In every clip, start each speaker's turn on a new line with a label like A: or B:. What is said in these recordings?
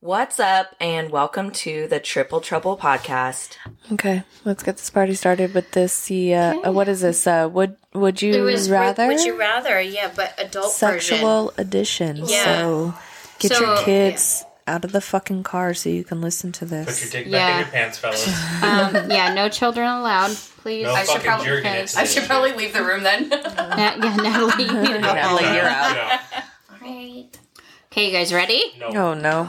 A: What's up, and welcome to the Triple Trouble podcast.
B: Okay, let's get this party started with this. The uh, uh, what is this? Uh, would would you rather?
C: Would you rather? Yeah, but adult version.
B: sexual edition?
C: Yeah.
B: So get your
C: So-
B: kids out of the fucking car so you can listen to
D: Put your
B: this.
D: dick back
E: Yeah.
D: in your pants, fellas.
E: Um, yeah, no children allowed, please.
D: No
E: I should
D: fucking
E: probably.
D: jerking it
E: I
D: today.
E: should,
F: should probably leave the room then.
E: Na- yeah, Natalie. you need to help
A: Natalie,
E: out.
A: you're up.
E: Okay, you guys ready?
D: No,
B: Oh no,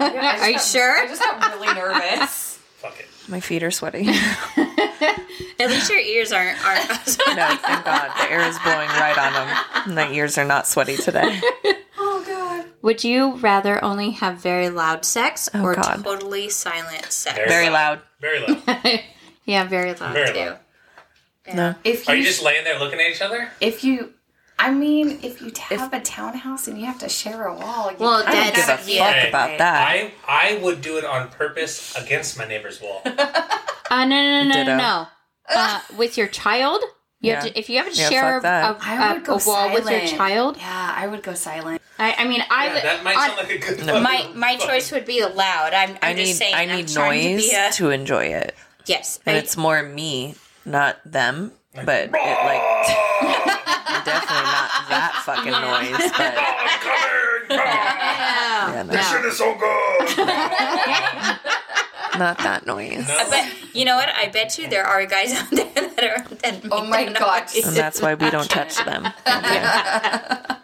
E: Are you
F: I
E: sure?
F: just got really nervous.
D: fuck it.
B: my feet are sweaty.
C: At least your ears aren't aren't.
B: No, thank God. The air is blowing right on them. And my ears are not sweaty today.
E: Would you rather only have very loud?
C: loud sex
B: Oh,
C: or
B: God.
C: totally silent sex.
D: There.
B: Very loud.
D: Very loud.
E: yeah, very loud.
D: Very
C: Too.
D: loud.
B: No.
F: If
D: Are you just laying there looking at each other?
F: if you, I mean, if you have a townhouse and you have to share a wall, you
C: Well,
F: kinda
B: I don't give a
F: gotta
B: fuck
F: be-
D: Hey,
B: about that.
D: I I would do it on purpose against my neighbor's wall.
E: Uh, no, no, no, no,
B: Ditto.
E: no, no. Uh, with your child, you have
B: Yeah.
E: to, if you have to
B: Yeah,
E: share
B: fuck that.
F: I
E: a,
F: would
E: a,
F: go
E: a wall with your
F: silent.
E: child,
F: Yeah, I would go silent.
E: I, I mean, I
D: Yeah, that might
E: on-
D: sound like a good.
C: My my choice would be loud. I'm,
B: I
C: I'm
B: need
C: just saying.
B: I
C: I'm
B: need
C: trying to
B: noise
C: be
B: to,
C: a-
B: enjoy it,
C: yes.
B: and
C: I-
B: it's more me, not them. But it like
D: Oh,
B: definitely not that fucking noise. But yeah, no,
E: No.
D: Ah, is so good.
B: not that noise.
D: No.
C: but you know what? I bet you there are guys out there that are. That
F: Oh
C: make
F: my
C: that
F: God.
C: noise.
B: And that's why we don't touch them. Yeah.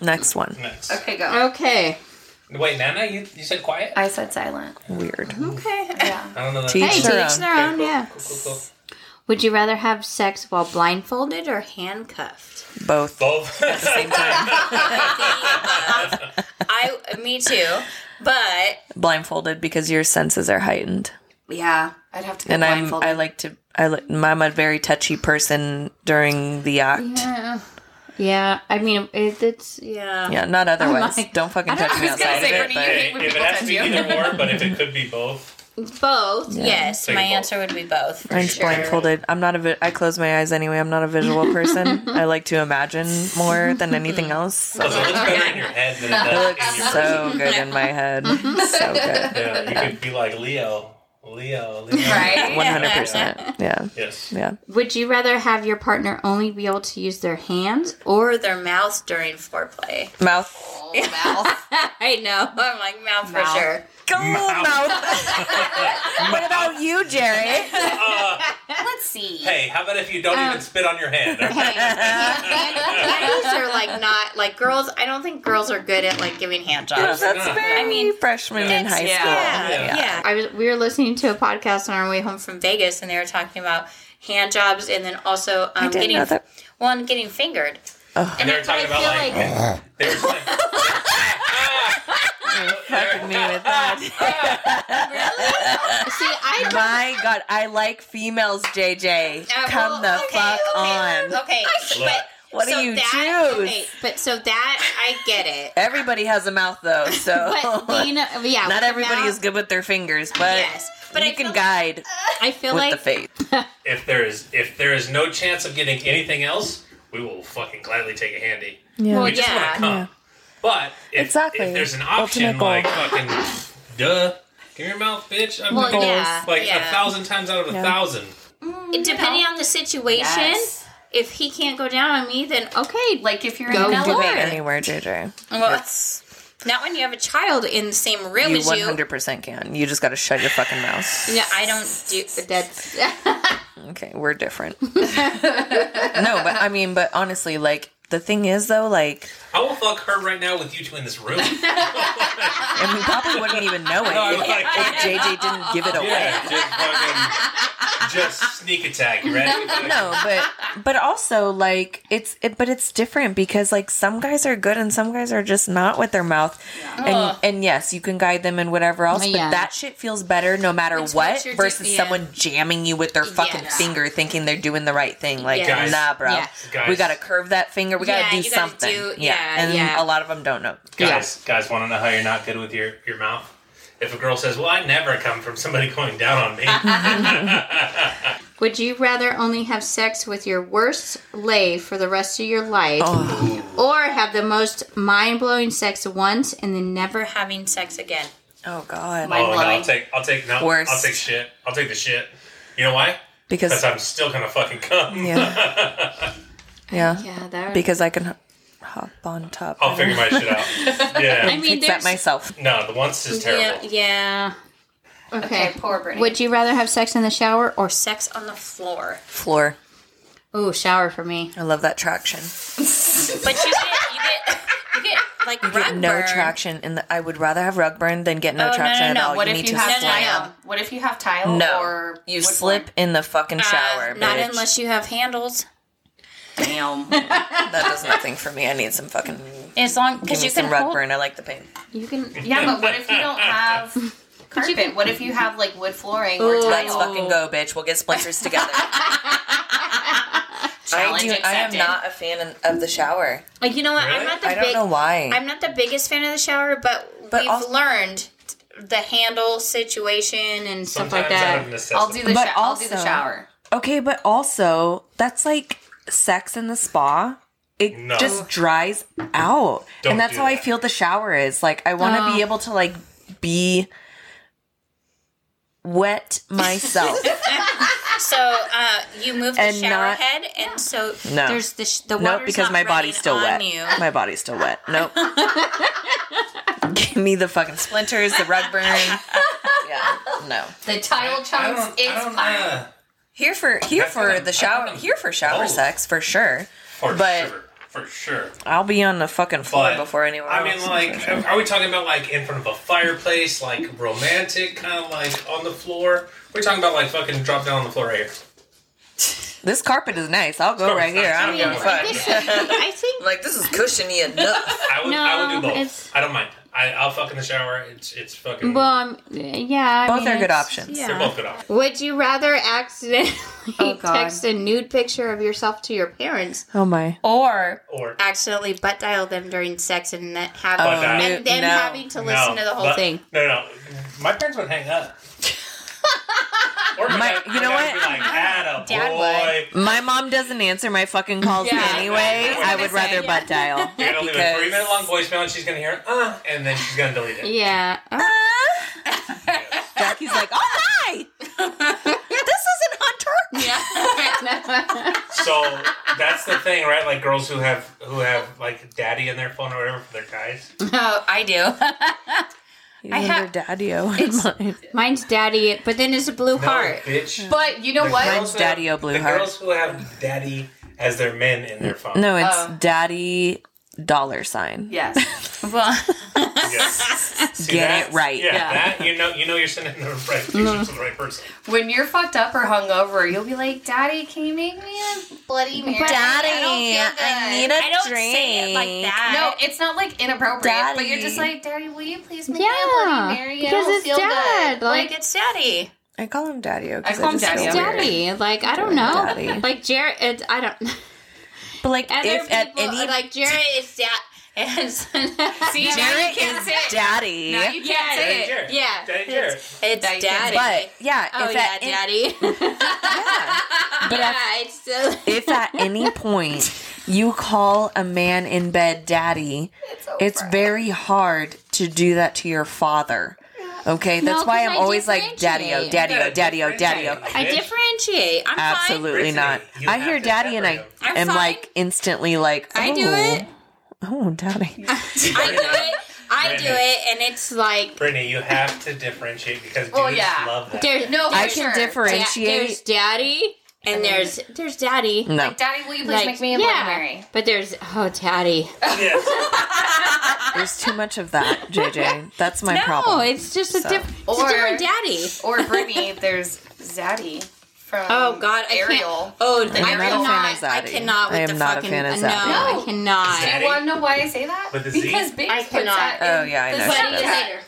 B: Next one.
D: Next.
F: Okay, go.
E: Okay.
D: Wait, Nana, you, you said quiet.
F: I said silent.
B: Weird.
E: Okay.
D: I don't know. That.
B: Teach
E: Hey,
B: their
E: to each
B: own.
E: their
D: Okay,
E: own.
D: cool,
E: Yeah.
D: Cool, cool, cool.
E: Would you rather have sex while blindfolded or handcuffed?
B: Both.
D: Both.
B: Same time.
C: uh, I me too. But
B: Blindfolded because your senses are heightened.
F: Yeah, I'd have to. Be
B: and I'm
F: blindfolded.
B: I like to I li- I'm a very touchy person during the act. Yeah,
E: Yeah, I mean it, it's yeah.
B: not otherwise.
E: like-
B: Don't fucking touch me
F: was gonna
B: outside
F: say,
B: of
F: Brittany, you
B: it.
F: hate-
D: Hey,
F: when
D: if it
F: people
D: has to
F: touch
D: be
F: you.
D: either or, but if it could be both,
C: both. Yes,
D: So
C: my
D: you both.
C: answer would be both.
B: But mine's blindfolded. I'm not a vi- I close my eyes anyway. I'm not a visual person. I like to imagine more than anything else. So,
D: because it looks better in your head than it does in your.
B: so good in my head. So good.
D: Yeah, you could be like Leo, Leo, Leo.
F: Right?
B: One hundred percent. Yeah.
D: Yes.
B: Yeah.
E: Would you rather have your partner only be able to use their hands?
C: Or their mouths during foreplay.
B: Mouth.
F: Oh, mouth.
C: I know. I'm like mouth,
F: Mouth.
C: for sure.
B: Go mouth. what about you, Jerry?
F: Let's see.
D: Hey, how about if you don't
C: Um,
D: even spit on your hand?
C: Ladies are like not like girls. I don't think girls are good at like giving hand jobs.
B: That's
D: I
B: very
C: mean,
B: freshman in high
F: yeah.
B: school.
C: Yeah,
D: Yeah.
C: yeah.
E: I was we were listening to a podcast on our way home.
C: I'm from Vegas, and they were talking about hand jobs, and then also um,
B: didn't
C: getting
B: know that-
C: well, and getting fingered.
D: And they were
C: that's what
D: talking
C: I
D: about
C: feel
D: like, they were like
B: Fucking me with that.
E: See, I don't-
B: My God, I like females, JJ.
C: Uh,
B: Come
C: well,
B: the
C: okay,
B: fuck
C: okay,
B: on.
C: Okay,
D: Look.
C: but
B: What
C: so
B: do you
C: that,
B: choose?
C: Okay, but so that I get it.
B: Everybody has a mouth though, so
E: but you know, yeah, with
B: not
E: the
B: everybody
E: mouth,
B: is good with their fingers, but,
C: Yes, but
B: you
C: I
B: can
C: feel-
B: guide
E: I feel
B: with
E: like
B: the face.
D: if there is if there is no chance of getting anything else, we will fucking gladly take a handy.
B: Yeah.
D: We just want
C: Yeah.
D: to come. But if,
B: Exactly.
D: if there's an
B: Ultimate
D: option,
B: goal.
D: like fucking, duh, give me your mouth, bitch. I'm
C: Well,
D: doing
C: yeah,
D: like
C: yeah.
D: a thousand times out of a
B: Yeah.
D: thousand.
C: Depending on the situation,
F: Yes.
C: if he can't go down on me, then okay. Like,
F: Like if you're
E: Go
F: in
E: do
B: You
F: LA,
B: ain't anywhere, JJ.
C: Well,
B: That's
C: not when you have a child in the same room
B: you
C: as
B: one
C: you.
B: hundred percent can. You just gotta shut your fucking mouth.
C: Yeah, I don't do
E: that's
B: Okay, we're different. no, but I mean, but honestly, like the thing is though, like
D: I will fuck her right now with you two in this room.
B: and we probably wouldn't even know it
D: No, I'm
B: if,
D: like-
B: if JJ didn't give it away.
D: yeah, just fucking, just sneak attack. You ready?
B: no, but but also like it's it, but it's different because like some guys are good and some guys are just not with their mouth. And and yes, you can guide them and whatever else, but
E: Yeah.
B: that shit feels better no matter what
C: what you're
B: versus
C: do- yeah.
B: someone jamming you with their fucking
C: Yes.
B: finger thinking they're doing the right thing. Like
C: Yes. Guys.
B: nah, bro.
E: Yeah.
B: We
D: Guys.
B: got to curve that finger. We got
C: Yeah,
B: to do
C: you gotta
B: something.
C: do-
B: yeah.
C: yeah,
B: And
C: yeah.
B: a lot of them don't know.
D: Guys, guys want to know how you're not good with your, your mouth? If a girl says, "Well, I never come from somebody going down on me,"
E: Would you rather only have sex with your worst lay for the rest of your life,
C: Oh.
E: or have the most mind blowing sex once and then never?
C: having sex again.
B: Oh God.
F: My-
D: oh no,
F: mind.
D: I'll take I'll take no,
B: Worst.
D: I'll take shit. I'll take the shit. You know why?
B: because
D: Because I'm still gonna fucking come.
B: yeah, yeah,
E: Yeah, that.
B: because I can h- hop on top.
D: I'll figure my shit out. Yeah.
E: I mean,
B: fix that
E: there's.
B: myself.
D: No, the once is
E: Yeah,
D: terrible.
E: yeah. Okay.
F: Okay, poor Brittany.
E: Would you rather have sex in the shower or sex on the floor?
B: Floor.
E: Ooh, shower for me.
B: I love that traction.
C: But you get, you get, you get like you
B: Get no traction, and I would rather have rug burn than get no
F: oh,
B: traction
F: no, no,
B: at
F: no.
B: all.
F: What
B: you
F: if
B: need
F: you
B: to
F: have
B: slip.
E: no,
F: tile? What if you have tile?
B: No,
F: Or
B: you
F: wood
B: slip in the fucking shower.
E: uh, Not
B: bitch.
E: unless you have handles.
F: floor? Damn.
B: that does nothing for me. I need some fucking
C: As long
B: give
C: because
B: me
C: you can
B: some rug
C: hold.
B: burn. I like the pain.
E: You can.
F: yeah, but what if you don't have carpet? what if you have like wood flooring or tile?
B: Let's fucking go, bitch. We'll get splinters together. I
F: Challenge
B: do. I am
F: accepted.
B: not a fan in- of the shower.
E: Like, you know what?
D: Really?
E: I'm not the
B: I don't
E: big.
B: know why.
E: I'm not the biggest fan of the shower, but,
B: But
E: we've
B: also-
E: learned the handle situation and stuff like
D: Sometimes out
E: that.
D: of necessity.
F: I'll do the
B: But
F: sho- I'll do the
B: also-
F: shower.
B: Okay, but also that's like sex in the spa. It
D: No.
B: just dries out,
D: Don't
B: and that's
D: do
B: how I
D: that.
B: feel the shower is. Like I want to be able to like be wet myself.
E: So uh, you move the
B: And
E: shower
B: not-
E: head, and so
B: No.
E: there's the sh- the water's
B: nope, because
E: not
B: my body's
E: running
B: still
E: on
B: wet.
E: You.
B: My body's still wet. Nope. Give me the fucking splinters, the rug burn. yeah, no.
F: The tile
D: I
F: chunks
D: don't, I
F: is
D: don't,
F: fine.
D: uh,
B: Here for here
D: That's
B: for
D: gonna-
B: the
D: that's
B: shower
D: gonna-
B: here for shower
D: Oh.
B: sex for sure.
D: for
B: but-
D: sure. For sure.
B: I'll be on the fucking floor
D: But,
B: before anyone.
D: I mean,
B: else.
D: like, are we talking about like in front of a fireplace, like romantic, kind of like on the floor? We're talking about like fucking drop down on the floor right here.
B: this carpet is nice. I'll go
D: Carpet's
B: right here.
D: nice.
B: I don't give a
D: Yeah.
B: fuck.
E: This- I think
B: Like this is cushiony enough.
D: I would, I would do
E: No,
D: both.
E: it's-
D: I don't mind. I, I'll fuck in the shower. It's it's fucking.
E: Well, I'm, yeah. I
B: Both
E: mean,
B: are good
E: it's-
B: options.
E: yeah.
D: they're both good options.
E: Would you rather accidentally
F: Oh, God.
E: text a nude picture of yourself to your parents,
B: oh my.
F: Or
D: Or
E: accidentally butt dial them during sex, and that have
D: Oh, no.
E: and then
B: No.
E: having to listen
D: no,
E: to the whole
D: but-
E: thing?
D: No, no, my parents would hang up. or my,
B: My-
D: dad-
B: you
D: my
B: know
D: dad
B: what?
D: would Be like, Atta
E: Dad
D: boy.
B: My mom doesn't answer my fucking calls
F: Yeah,
B: anyway.
D: I was
B: I
D: gonna
B: would
F: say,
B: rather
F: yeah.
B: butt dial
D: You're gonna leave a three minute long voicemail, and she's gonna hear it, uh, and then she's gonna delete it.
E: Yeah. Oh,
B: Jackie's like, oh hi, this isn't Hunter.
D: So that's the thing, right? Like girls who have who have like daddy in their phone or whatever for their guys.
F: oh, I do.
B: I
F: have-
B: daddy-o in mine.
E: Mine's daddy, but then it's a blue
D: No,
E: heart.
D: bitch.
F: but you know
D: The
F: what?
D: girls
B: Mine's
D: who have-
B: daddy-o oh, blue
D: the
B: heart.
D: girls who have daddy as their men in their phone.
B: No, it's
F: Oh.
B: daddy dollar sign.
F: Yes.
C: Well,
D: Yes. See,
B: Get
D: that-
B: it right.
D: Yeah,
F: Yeah.
D: that you know you know you're sending the right picture to the right person.
F: when you're fucked up or hungover, you'll be like, "Daddy, can you make me a bloody mary?" I don't feel good.
B: a
C: I don't say it like that.
F: No, it's not like inappropriate, but you're just
B: Daddy.
F: like, "Daddy, will you please make me a
E: Yeah,
F: bloody mary?" I
E: because
F: don't
E: it's
F: feel
E: dad.
F: good."
E: Like, it's daddy.
B: I call him daddy-o. 'cause
F: I call him
B: just feel
F: daddy-o.
B: weird.
E: Daddy. Like I don't know.
B: Daddy.
E: Like Jared. It, I don't.
B: But like,
E: Other
B: if at
E: people
B: any
E: like Jared is dad. Is,
F: See, now you
B: Jarrett
F: can't
B: is
F: say it.
B: daddy.
F: Now you can't say it.
D: Jared.
E: Yeah.
D: Daddy Jared.
E: it's
F: Now you can't
E: daddy.
B: But yeah,
E: oh
B: if
E: yeah,
B: at any-
E: daddy.
B: yeah. But at-
E: yeah, it's still.
B: if at any point you call a man in bed daddy, it's, very hard to do that to your father. Okay, that's
E: No,
B: why
E: 'cause
B: I'm
E: I
B: always like daddy oh,
E: differentiate.
B: daddy oh, daddy oh,
D: Differentiate,
B: daddy oh.
E: I
D: bitch.
E: differentiate. I'm
B: Absolutely
D: Brittany,
B: not.
D: you
B: I
D: have
B: hear
D: to
B: daddy and I
D: separate 'em.
E: I'm
B: am
E: fine.
B: like instantly like oh,
E: I do it.
B: Oh, daddy.
E: fine. I do it. I do
D: Brittany.
E: it, and it's like
D: Brittany, you have to differentiate because dudes
F: Well, yeah.
D: love that.
E: there's
F: No, for
B: I can
F: sure.
E: da-
B: differentiate.
E: there's daddy, and there's there's daddy.
B: no.
F: Like, Daddy, will you please
E: Like,
F: make me a
E: yeah,
F: bloody mary?
E: But there's oh daddy.
D: Yes.
B: There's too much of that, JJ. That's my
E: No,
B: problem.
E: it's just a,
B: So-
E: diff- it's a
F: Or-
E: different daddy.
F: Or Brittany, there's Zaddy from
E: Oh God, I
F: Ariel.
E: can't. Oh, I
B: not a fan of
E: cannot. I
B: Zaddy.
E: cannot with
B: I am
E: the
B: not a
E: fucking. uh,
B: fan of
E: no,
B: Zaddy.
E: I
F: No.
E: cannot.
D: Zaddy.
F: You want to know why I say that?
D: With a Z?
F: because Biggs
E: I
F: puts
E: cannot. uh,
F: that in
B: Oh, yeah, I
F: the
B: know
E: But
B: she
F: Zaddy
B: does.
F: cat.
E: later.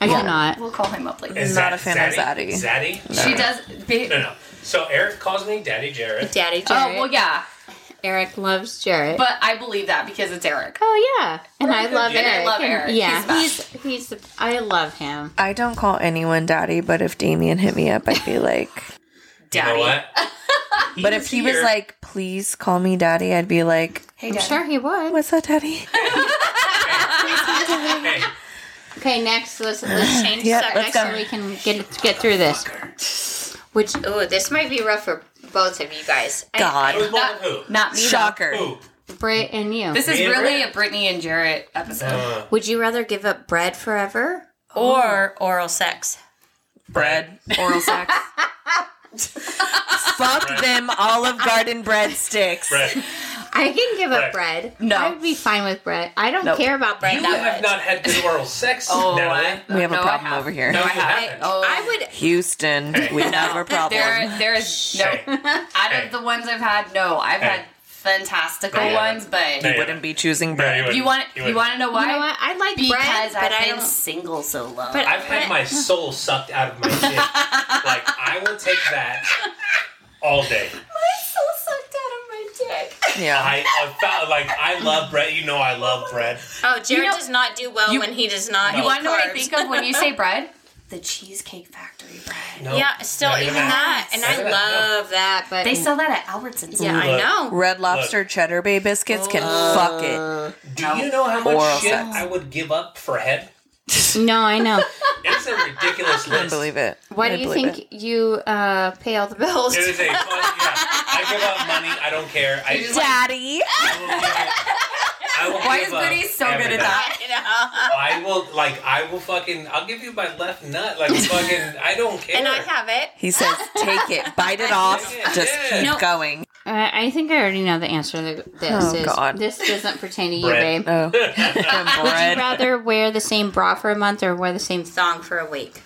E: I cannot.
F: We'll call him up later.
D: Is
B: Not
D: that
B: a fan of
D: Zaddy.
F: She does. Big,
D: No, no. So Eric calls me Daddy Jared.
E: Daddy
F: oh
E: Jared.
F: well, yeah,
E: Eric loves Jared.
F: but I believe that because it's Eric.
E: oh yeah, and I love
D: Jared.
E: Eric.
F: I love Eric. He's the
E: Yeah, he's
F: best.
E: he's. the- I love him.
B: I don't call anyone daddy, but if Damien hit me up, I'd be like,
D: You know
F: Daddy.
D: what?
B: But if he was
D: here.
B: like, please call me daddy, I'd be like,
F: Hey,
E: I'm
F: Daddy.
E: sure he would.
B: what's up, daddy?
D: hey,
E: Okay, next let's let's change
B: Yeah, let's
E: subject so
B: go.
E: we can get get through this.
C: Which oh, this might be rough for both of you guys. I-
B: God.
D: It was both of who?
F: Not me. though.
B: Shocker.
D: Who?
E: Brit and you.
F: This is
D: Me and
F: really a Brittany and Jarrett episode.
D: Uh,
C: Would you rather give up bread forever?
G: or oral sex.
B: Bread.
F: Oral sex.
B: Fuck them Olive Garden breadsticks.
D: Brett,
C: I can give up bread.
F: No.
E: I would be fine with Brett. I don't
F: Nope.
E: care about Brett.
D: you
E: that
D: have
E: much.
D: not had good oral sex,
F: Oh,
D: Natalie.
F: I-
B: We have
F: No,
B: a
F: I
B: problem
F: have.
B: over here.
D: No, you
F: I-
D: haven't.
F: oh,
C: I would
B: Houston, we have a problem.
F: There, there is no.
D: Hey.
F: Out of the ones I've had, no, I've
D: Hey.
F: had fantastical
D: Hey.
F: ones, but
D: Hey.
B: Wouldn't be choosing
D: No,
B: bread.
D: wouldn't.
F: you want you
D: wouldn't.
F: want to know why?
E: You know what? I like Brett,
F: because
E: but
F: I've
E: I
F: been
E: don't.
F: single so long.
E: But
D: I've had my soul sucked out of my shit. like I will take that all day.
B: Yeah.
D: I, I felt like I love bread. You know I love bread.
G: Oh, Jared
F: know-
G: does not do well
F: you-
G: when he does not.
D: You
G: eat
F: you want to know what I
G: carbs.
F: think of when you say bread? The Cheesecake Factory bread.
D: No,
G: Yeah, still
D: not
G: even that, and I
D: Not even
E: Love that, but
F: They sell that at Albertsons.
E: yeah, I
D: Look.
E: know.
B: Red lobster cheddar bay biscuits can fuck it.
D: No. Do you know how much
B: Oral
D: shit
B: sex.
D: I would give up for head?
E: No, I know.
D: It's a ridiculous
B: I
D: list.
B: believe it.
E: Why
B: I
E: do you
B: believe
E: think you uh, pay all the bills?
D: It is a fun, yeah. I give up money. I don't care. I,
B: it. Daddy.
D: I will give it- I will
F: Why
D: give
F: is
D: up
F: Brittany so good
D: everything.
F: at that?
D: I will like I will fucking I'll give you my left nut like fucking I don't care.
G: And I have it.
B: He says, take it, bite it off, just
D: Yeah.
B: keep
D: No.
B: going.
E: I I think I already know the answer to this.
B: Oh,
E: is,
B: God.
E: This doesn't pertain to you,
D: Bread.
E: babe.
B: Oh.
E: Would you
B: bread.
E: rather wear the same bra for a month or wear the same thong for a week?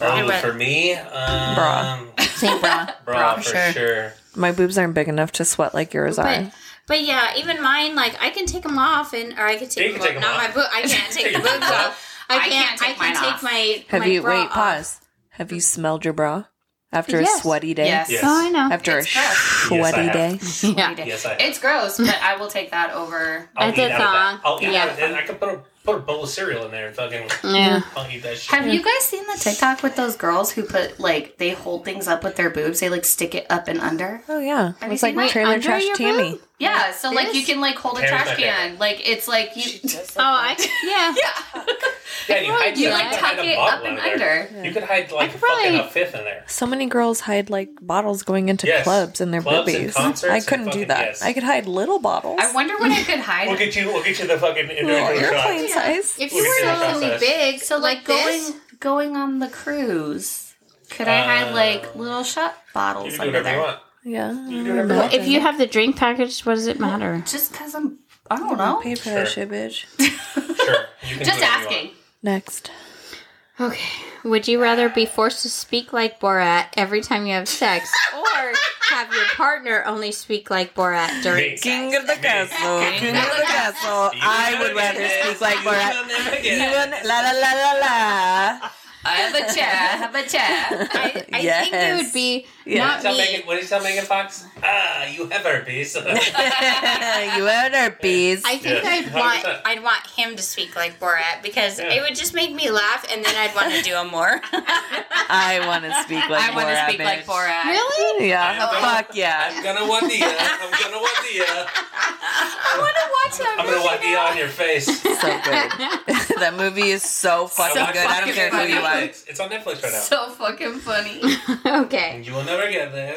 D: Um, for me, um,
B: Bra.
E: Same bra.
D: bra, for sure.
B: My boobs aren't big enough to sweat like yours are.
E: But, but yeah, even mine, like I can take them off, and or I can
D: You
E: take
D: can
E: them
D: take
E: off.
D: 'em
E: Not
D: off.
E: my boot. I can't take
D: Take
E: the
D: your
E: boobs
D: boobs
E: off. I can't. I
F: take
E: can
F: mine
E: take
F: off.
E: my.
B: Have
E: my
B: you,
E: bra
B: wait,
E: off.
B: pause. Have you smelled your bra after
E: Yes.
B: a sweaty day?
F: Yes.
D: Yes.
E: Oh, I know.
B: After
F: It's
B: a
F: gross.
D: Yes, I
B: sweaty
D: have.
B: day?
E: Yeah.
D: Yes, I have.
F: It's gross, but I will take that over.
D: I'll
E: That's
D: eat
E: a
D: out of that.
E: thong.
D: I'll eat
E: Yeah.
D: out of that. I could put a put a bowl of cereal in there and fucking
E: Yeah.
D: I'll eat that shit.
F: Have you guys seen the TikTok with those girls who put like they hold things up with their boobs? They like stick it up and under.
B: Oh, yeah.
F: Have you
B: it's like
F: seen that?
B: trailer
E: Under
B: trash
E: your
B: Tammy.
E: boob?
F: Yeah, so like you can like hold a
D: Tears
F: trash
D: my hair.
F: can. Like it's like you.
E: Oh, I yeah.
D: Yeah, you hide
F: you,
D: you
F: like,
D: could
F: tuck
D: hide a
F: it
D: bottle
F: up and
D: under there.
F: under.
D: You could hide like
E: could
D: fucking a
E: probably-
D: fifth in there.
B: So many girls hide like bottles going into
D: Yes.
B: clubs and their
D: Clubs and
B: boobies.
D: concerts
B: I
D: and
B: couldn't do
D: fucking
B: that.
D: yes.
B: I could hide little bottles.
F: I wonder what I could hide.
D: We'll get you. We'll get you the fucking
B: Oh,
D: individual
B: you're
D: shot.
B: plain size.
E: If
D: Look
E: you
D: at
E: were
D: that
E: not really
D: process.
E: big,
F: So like
E: this,
F: going going on the cruise, could I hide like little
D: Uh,
F: shot
D: You
F: bottles
D: can do
F: under
D: whatever you
F: there?
D: want.
B: Yeah.
D: You can do whatever you want.
E: if you have the drink package, what does it matter?
F: Just because I'm, I don't know.
B: Pay for that
D: Sure.
B: shit, bitch.
D: Sure. You can do whatever
F: Just
D: you
F: asking.
D: want.
B: Next.
E: Okay. Would you rather be forced to speak like Borat every time you have sex, or have your partner only speak like Borat during?
D: Me.
B: King of the castle, king of the castle. I would rather speak like Borat. You
D: Borat.
B: and la la la la la.
F: I have a chair. Have a chair.
E: I, I think
B: Yes.
E: it would be
B: Yes.
E: not
D: Tell
E: me.
D: Megan, what did you tell Megan Fox? Ah, you have herpes.
B: you and herpes.
G: I think
D: Yeah,
G: I'd want
D: 100%.
G: I'd want him to speak like Borat because
D: Yeah.
G: it would just make me laugh, and then I'd want to do him more.
B: I want to speak like
F: I want to
B: Borat,
F: speak like
B: bitch.
F: Borat.
E: Really?
B: Yeah,
D: Oh.
B: fuck yeah.
D: I'm gonna Wadia. I'm gonna Wadia.
F: I want to watch him.
D: I'm gonna Wadia on your face.
B: So good. that movie is so fucking
D: Watch
B: good. I don't
D: it.
B: care who
D: It's
B: you
D: on
B: are.
D: Netflix. It's on Netflix right now.
F: So fucking funny.
E: Okay.
D: you will never get there.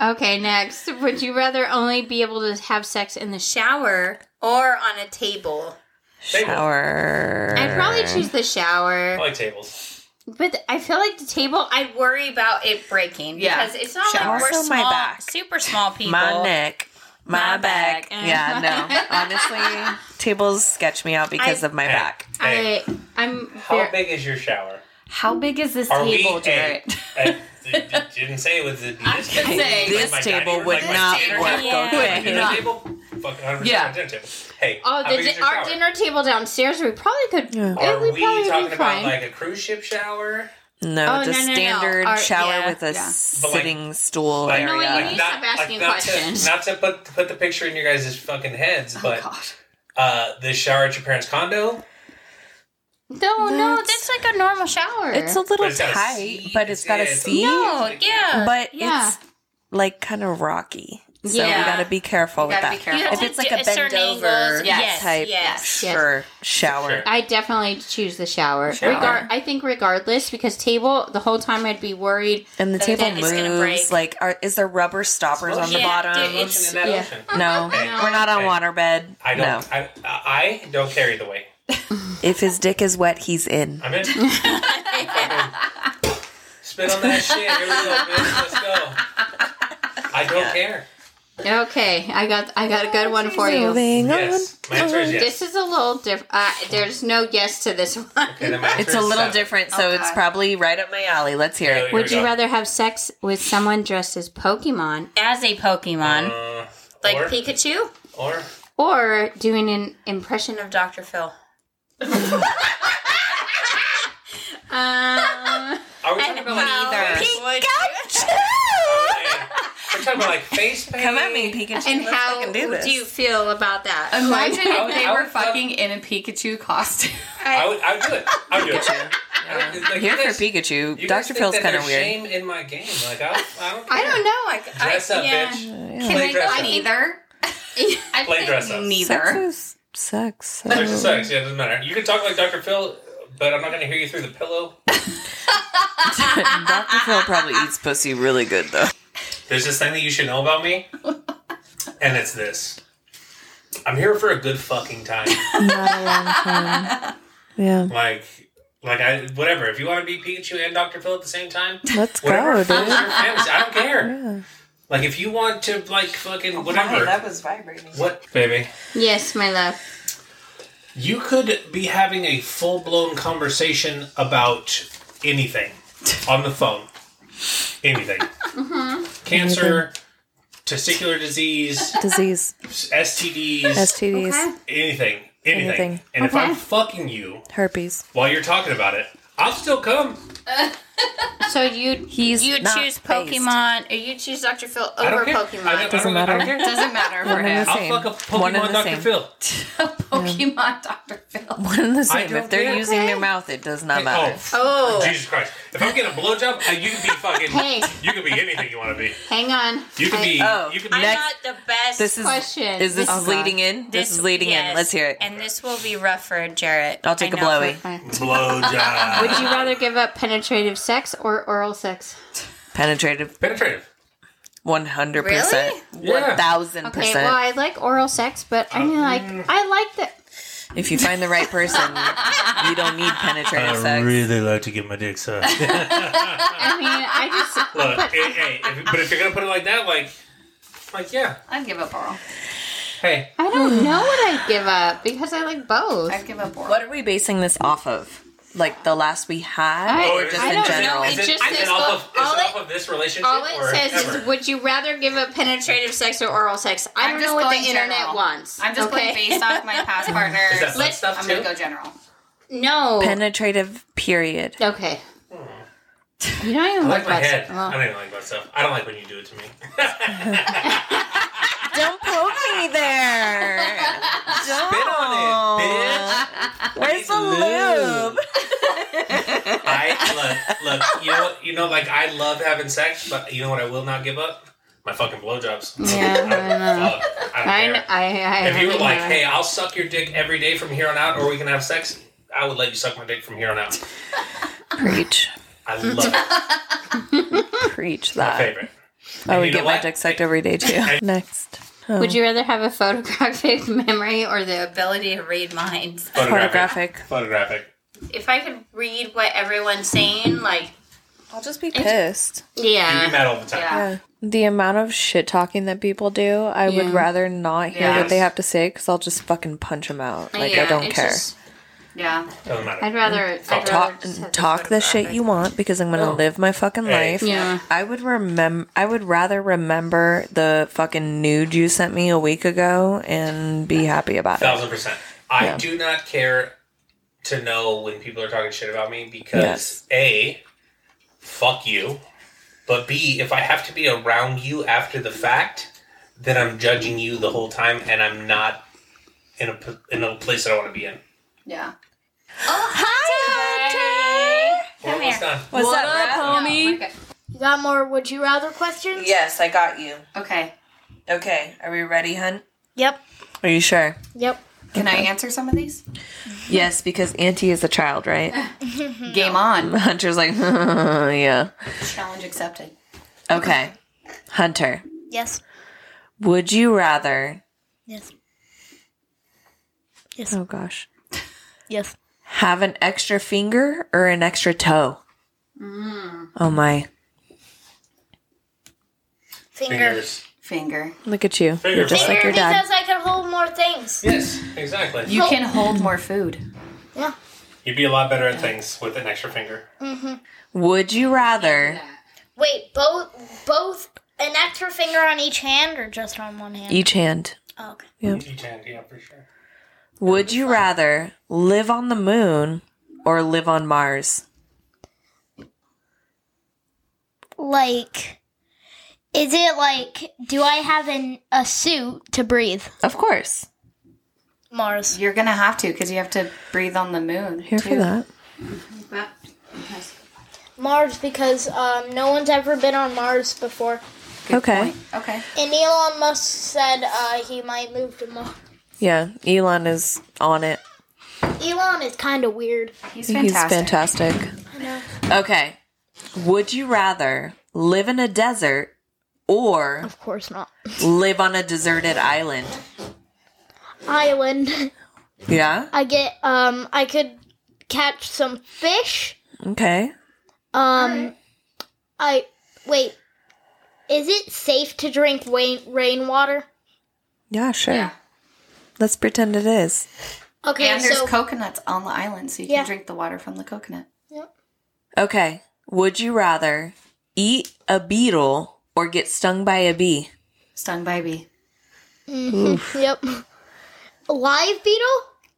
E: Okay. Next, would you rather only be able to have sex in the shower?
G: or on a table.
B: Shower.
E: I'd probably choose the shower,
D: I like tables.
E: but I feel like the table. I
G: I'd worry about it breaking
F: Yeah.
G: because it's not
B: Shower.
G: like we're
B: Also my
G: small,
B: back.
G: super small people.
B: my neck, my,
G: My
B: back.
G: back.
B: Yeah, no. Honestly, tables sketch me out because of my
D: Hey,
B: back.
D: hey,
E: I I'm
D: how
E: very,
D: big is your shower?
F: How big is this
D: Are
F: table,
D: we?
F: Jarrett?
D: Hey, hey, d- d- didn't say it was the
F: was gonna say,
B: This
D: my dining
B: table
D: room,
B: would
D: like my
B: not
D: dinner
B: work.
D: table,
G: Yeah.
D: my
B: Okay.
D: dinner table. Fucking 100%
F: Yeah.
D: dinner table. Hey,
E: Oh,
D: how
E: the
D: big is
E: di-
D: your
E: our
D: shower?
E: dinner table downstairs. We probably could.
B: Yeah.
E: it
D: Are
E: would
D: we
E: probably
D: talking
E: be
D: about
E: fine.
D: like a cruise ship shower?
B: No,
E: Oh,
B: just
E: no, no, no.
B: standard
E: Our-
B: shower
E: yeah,
B: with a
E: yeah.
D: But, like-
B: sitting stool
D: Like,
B: area.
E: no, you need to stop
D: like,
E: asking
D: not
E: questions. Oh,
D: To, not to put put the picture in your guys' fucking heads, but uh, the shower at your parents' condo.
E: no, no,
B: That's-
E: that's like a normal shower.
B: it's a little
D: But it's got a
B: tight,
D: seat.
B: but it's got a
D: Yeah, it's a-
B: seat.
D: No,
G: Oh yeah,
B: but
E: Yeah.
B: it's like kind of rocky. So we
G: Yeah.
B: gotta be careful with
F: gotta
B: that.
F: be careful. You have
B: If
F: to
B: it's like
H: do-
B: a
H: certain
B: bend over
H: angles, yes,
B: type
G: yes,
B: sh-
E: yes.
B: or shower,
D: Sure.
E: I definitely choose the shower.
B: Shower.
E: Regar- I think regardless because table the whole time I'd be worried.
B: and the table
G: it's gonna
B: moves,
G: break.
B: like are, is there rubber stoppers on the
G: Yeah,
B: bottom?
G: dude, it's-
D: Ocean in that
E: yeah.
D: ocean.
B: no, we're not on
D: Okay.
B: waterbed.
D: I
B: No,
D: don't. I, I I don't care either way.
B: if his dick is wet, he's in.
D: I'm in. Fucking Spit on that shit. Here we go, bitch. Let's go. I don't care.
E: Okay, I got I got a good one for you.
B: Moving
D: Yes, my answer is yes.
E: This is a little different. Uh, there's no yes to this one.
D: Okay, then my answer
B: It's
D: is
B: a little
D: seven.
B: different, so it's
F: God.
B: probably right up my alley. Let's hear
D: Yeah,
B: it.
D: here
E: Would
D: we
E: you
D: go.
E: rather have sex with someone dressed as Pokemon
G: As a Pokemon,
D: Uh,
G: like
D: or,
G: Pikachu
D: or
E: or doing an impression
G: of
E: of?
G: Dr. Phil.
E: Um,
D: are we talking about like, like, we're talking about like face paint?
B: Come at me, Pikachu.
E: and
B: Let's
E: how
B: fucking
E: do,
B: do this.
E: you feel about that?
F: Imagine
D: I would-
F: if they
D: I
F: were
D: would love-
F: fucking in a Pikachu costume.
D: I would, I would do it. I would do it. I would- like,
B: Here
D: you
B: for
D: guys-
B: Pikachu.
D: you
B: Dr.
D: guys think
B: Phil's
D: that
B: kind of
D: there's
B: weird.
D: Shame in my game. Like I, don't- I don't. Care.
E: I don't know. I,
D: Dress up,
G: yeah.
D: bitch.
F: Can
D: Play
F: I
D: dress
F: go
D: up.
F: neither? I
D: Play
F: think
D: dress up.
B: Sex
F: Neither.
B: is sex. so-
D: Sex is sex. Yeah, it doesn't matter. You can talk like Dr. Phil, but I'm not going to hear you through the pillow.
B: Dr. Phil probably eats pussy really good though.
D: There's this thing that you should know about me, and it's this. I'm here for a good fucking time.
B: Yeah,
D: Like, like I whatever. If you want to be Pikachu and Dr. Phil at the same time,
B: let's
D: whatever.
B: go,
D: fucks
B: dude.
D: your fantasy. I don't care. Like if you want to like fucking whatever.
B: Oh, was vibrating.
D: what baby?
E: yes, my love.
D: You could be having a full blown conversation about anything on the phone. Anything.
B: Mm-hmm.
D: Cancer, testicular disease,
B: Disease,
D: STDs,
B: STDs,
D: anything. Anything.
B: Anything.
D: And if I'm
E: Okay.
D: fucking you
B: herpes.
D: while you're talking about it, I'll still come.
E: So you
B: He's
G: You
B: not
G: choose
B: phased.
G: Pokemon, or you choose Dr. Phil
D: I
G: over
D: don't care.
G: Pokemon.
D: I don't,
B: Doesn't
D: I don't, I don't
B: matter.
D: care.
F: Doesn't matter for
B: One and
F: him.
B: the
D: I'll
B: same.
D: fuck a
B: One and
D: Pokemon
B: the
D: Dr.
B: same.
D: Phil.
F: Pokemon Dr. Phil.
B: One and the same.
D: don't
B: If they're
D: care.
B: using their mouth, it does not matter.
D: Oh, Jesus Christ. If I'm getting a blowjob, uh, you can be fucking.
E: Hey.
D: You can be anything you want to be.
E: hang on.
D: You can be.
B: Oh,
D: you can be.
G: I'm
B: Next-
G: not the best.
B: This is
E: Question.
B: is this
E: Oh,
B: is
E: God.
B: leading in? This, is leading in.
G: yes,
B: Let's hear it.
G: And this will be rough for Jarrett.
B: I'll take
G: I
B: a
G: know.
B: blowy.
D: blowjob.
E: Would you rather give up penetrative sex or oral sex?
B: Penetrative,
D: Penetrative.
B: one hundred percent, one
D: Yeah.
B: thousand
E: Okay, well,
B: percent.
E: I like oral sex, but I mean, like,
F: Mm.
E: I like that.
B: If you find the right person, you don't need
D: Uh,
B: penetrative sex.
D: like to get my dick sucked.
E: I mean, I just.
D: Look, hey, hey, if, but if you're gonna put it like that, like, like yeah,
F: I'd give up oral.
D: hey,
E: I don't know what I'd give up because I like both.
F: I'd give up oral.
B: What are we basing this off of? Like the last we had,
D: Oh,
E: I-
B: or Oh, just
E: I
B: in
E: don't
B: general?
E: know. It
D: is it,
E: just
D: is it
E: says
D: off
E: all-
D: of is it
E: all
D: off of this relationship
E: All it
D: or
E: says
D: ever?
E: is, would you rather give up penetrative sex or oral sex? I
F: I'm
E: don't
F: just
E: know what the
F: going
E: internet
F: general.
E: wants.
F: I'm just
E: okay?
F: going based off my past partners.
D: Is that fun
E: let's-
D: stuff
F: I'm
D: too?
F: gonna go general.
E: No.
B: Penetrative period.
E: okay.
F: Hmm.
E: You don't even like
D: I like my
E: that.
D: head.
E: Well,
D: I don't even like that stuff. I don't like when you do it to me.
B: Don't poke me there.
D: Spit on it, bitch.
B: Where's the lube?
D: I look, look. You know, what, you know, like I love having sex, but you know what? I will not give up my fucking blowjobs.
E: Yeah,
D: I don't,
E: I know.
D: fuck, I don't
E: I,
D: care.
E: kn- I, I,
D: if you were
E: I-
D: like, "Hey, I'll suck your dick every day from here on out, or we can have sex," I would let you suck my dick from here on out.
B: Preach.
D: I love it.
B: Preach
D: My
B: that.
D: favorite.
B: I
D: And
B: would
D: you know
B: Uh, oh, get my
D: what?
B: dick sucked every day too. Next.
E: would you rather have a photographic memory or the
G: Ability to read minds.
B: Photographic.
D: Photographic.
G: If I could read what everyone's saying, like
B: I'll just be pissed.
D: You get
E: yeah?
D: mad all the time.
B: Yeah. The amount of shit talking that people do, I would rather not hear what they have to say because I'll just fucking punch them out. Like I
E: Yeah,
B: don't
E: it's
B: care. Mm.
E: just-
F: Yeah.
D: Doesn't matter.
E: I'd rather I'd rather
B: talk
E: just have
B: talk the shit you want because I'm gonna live my fucking
D: Hey.
B: life.
E: Yeah.
B: I would remember. I would rather remember the fucking nude you sent me a week ago and be happy about it.
D: Thousand percent. I do not care to know when people are talking shit about me because a, fuck you, but b, if I have to be around you after the fact, then I'm judging you the whole time, and I'm not in a p- in a place that I want to be in.
F: Yeah.
D: We're almost done.
B: What's up,
F: Homie.
I: You got more would you rather questions?
B: Yes, I got you.
F: Okay.
B: Okay, are we ready, hun?
E: Yep.
B: Are you sure?
E: Yep.
F: Can I answer some of these?
B: Yes, because Auntie is a child, right?
F: Game on.
B: Hunter's like, yeah.
F: Challenge accepted.
B: Okay, Hunter,
H: Yes.
B: would you rather?
H: Yes.
B: Oh gosh,
H: Yes.
B: have an extra finger or an extra toe?
H: Mm.
B: Oh my!
H: Finger.
D: Fingers.
F: Finger.
B: Look at you.
D: Finger.
B: Just like
H: Finger
B: your dad.
H: because I can hold more things.
D: Yes, exactly.
F: You can hold more food.
D: You'd be a lot better at things with an extra finger.
B: Would you rather
H: Wait, both both an extra finger on each hand or just on one hand?
B: each hand?
H: Oh, okay.
D: You can, yeah, for sure.
B: Would you rather live on the moon or live on Mars?
H: Like, is it like? Do I have an a suit to breathe?
B: Of course.
H: Mars.
F: You're gonna have to because you have to breathe on the moon.
B: Here for
F: too.
B: that.
H: Mars because um, no one's ever been on Mars before,
B: okay.
F: Okay.
H: and Elon Musk said uh, he might move to Mars.
B: Yeah, Elon is on it.
H: Elon is kind of weird.
F: He's fantastic.
B: He's fantastic. Okay. Would you rather live in a desert or
H: Of course not.
B: live on a deserted island?
H: Island.
B: Yeah.
H: I get um I could catch some fish.
B: Okay.
H: Um I wait. Is it safe to drink rain rainwater?
B: Yeah, sure. Let's pretend it is.
H: Okay,
F: And there's
H: so
F: coconuts on the island, so you
H: Yeah.
F: can drink the water from the coconut.
B: Okay. Would you rather eat a beetle or get stung by a bee?
F: Stung by a bee.
H: yep. Live beetle?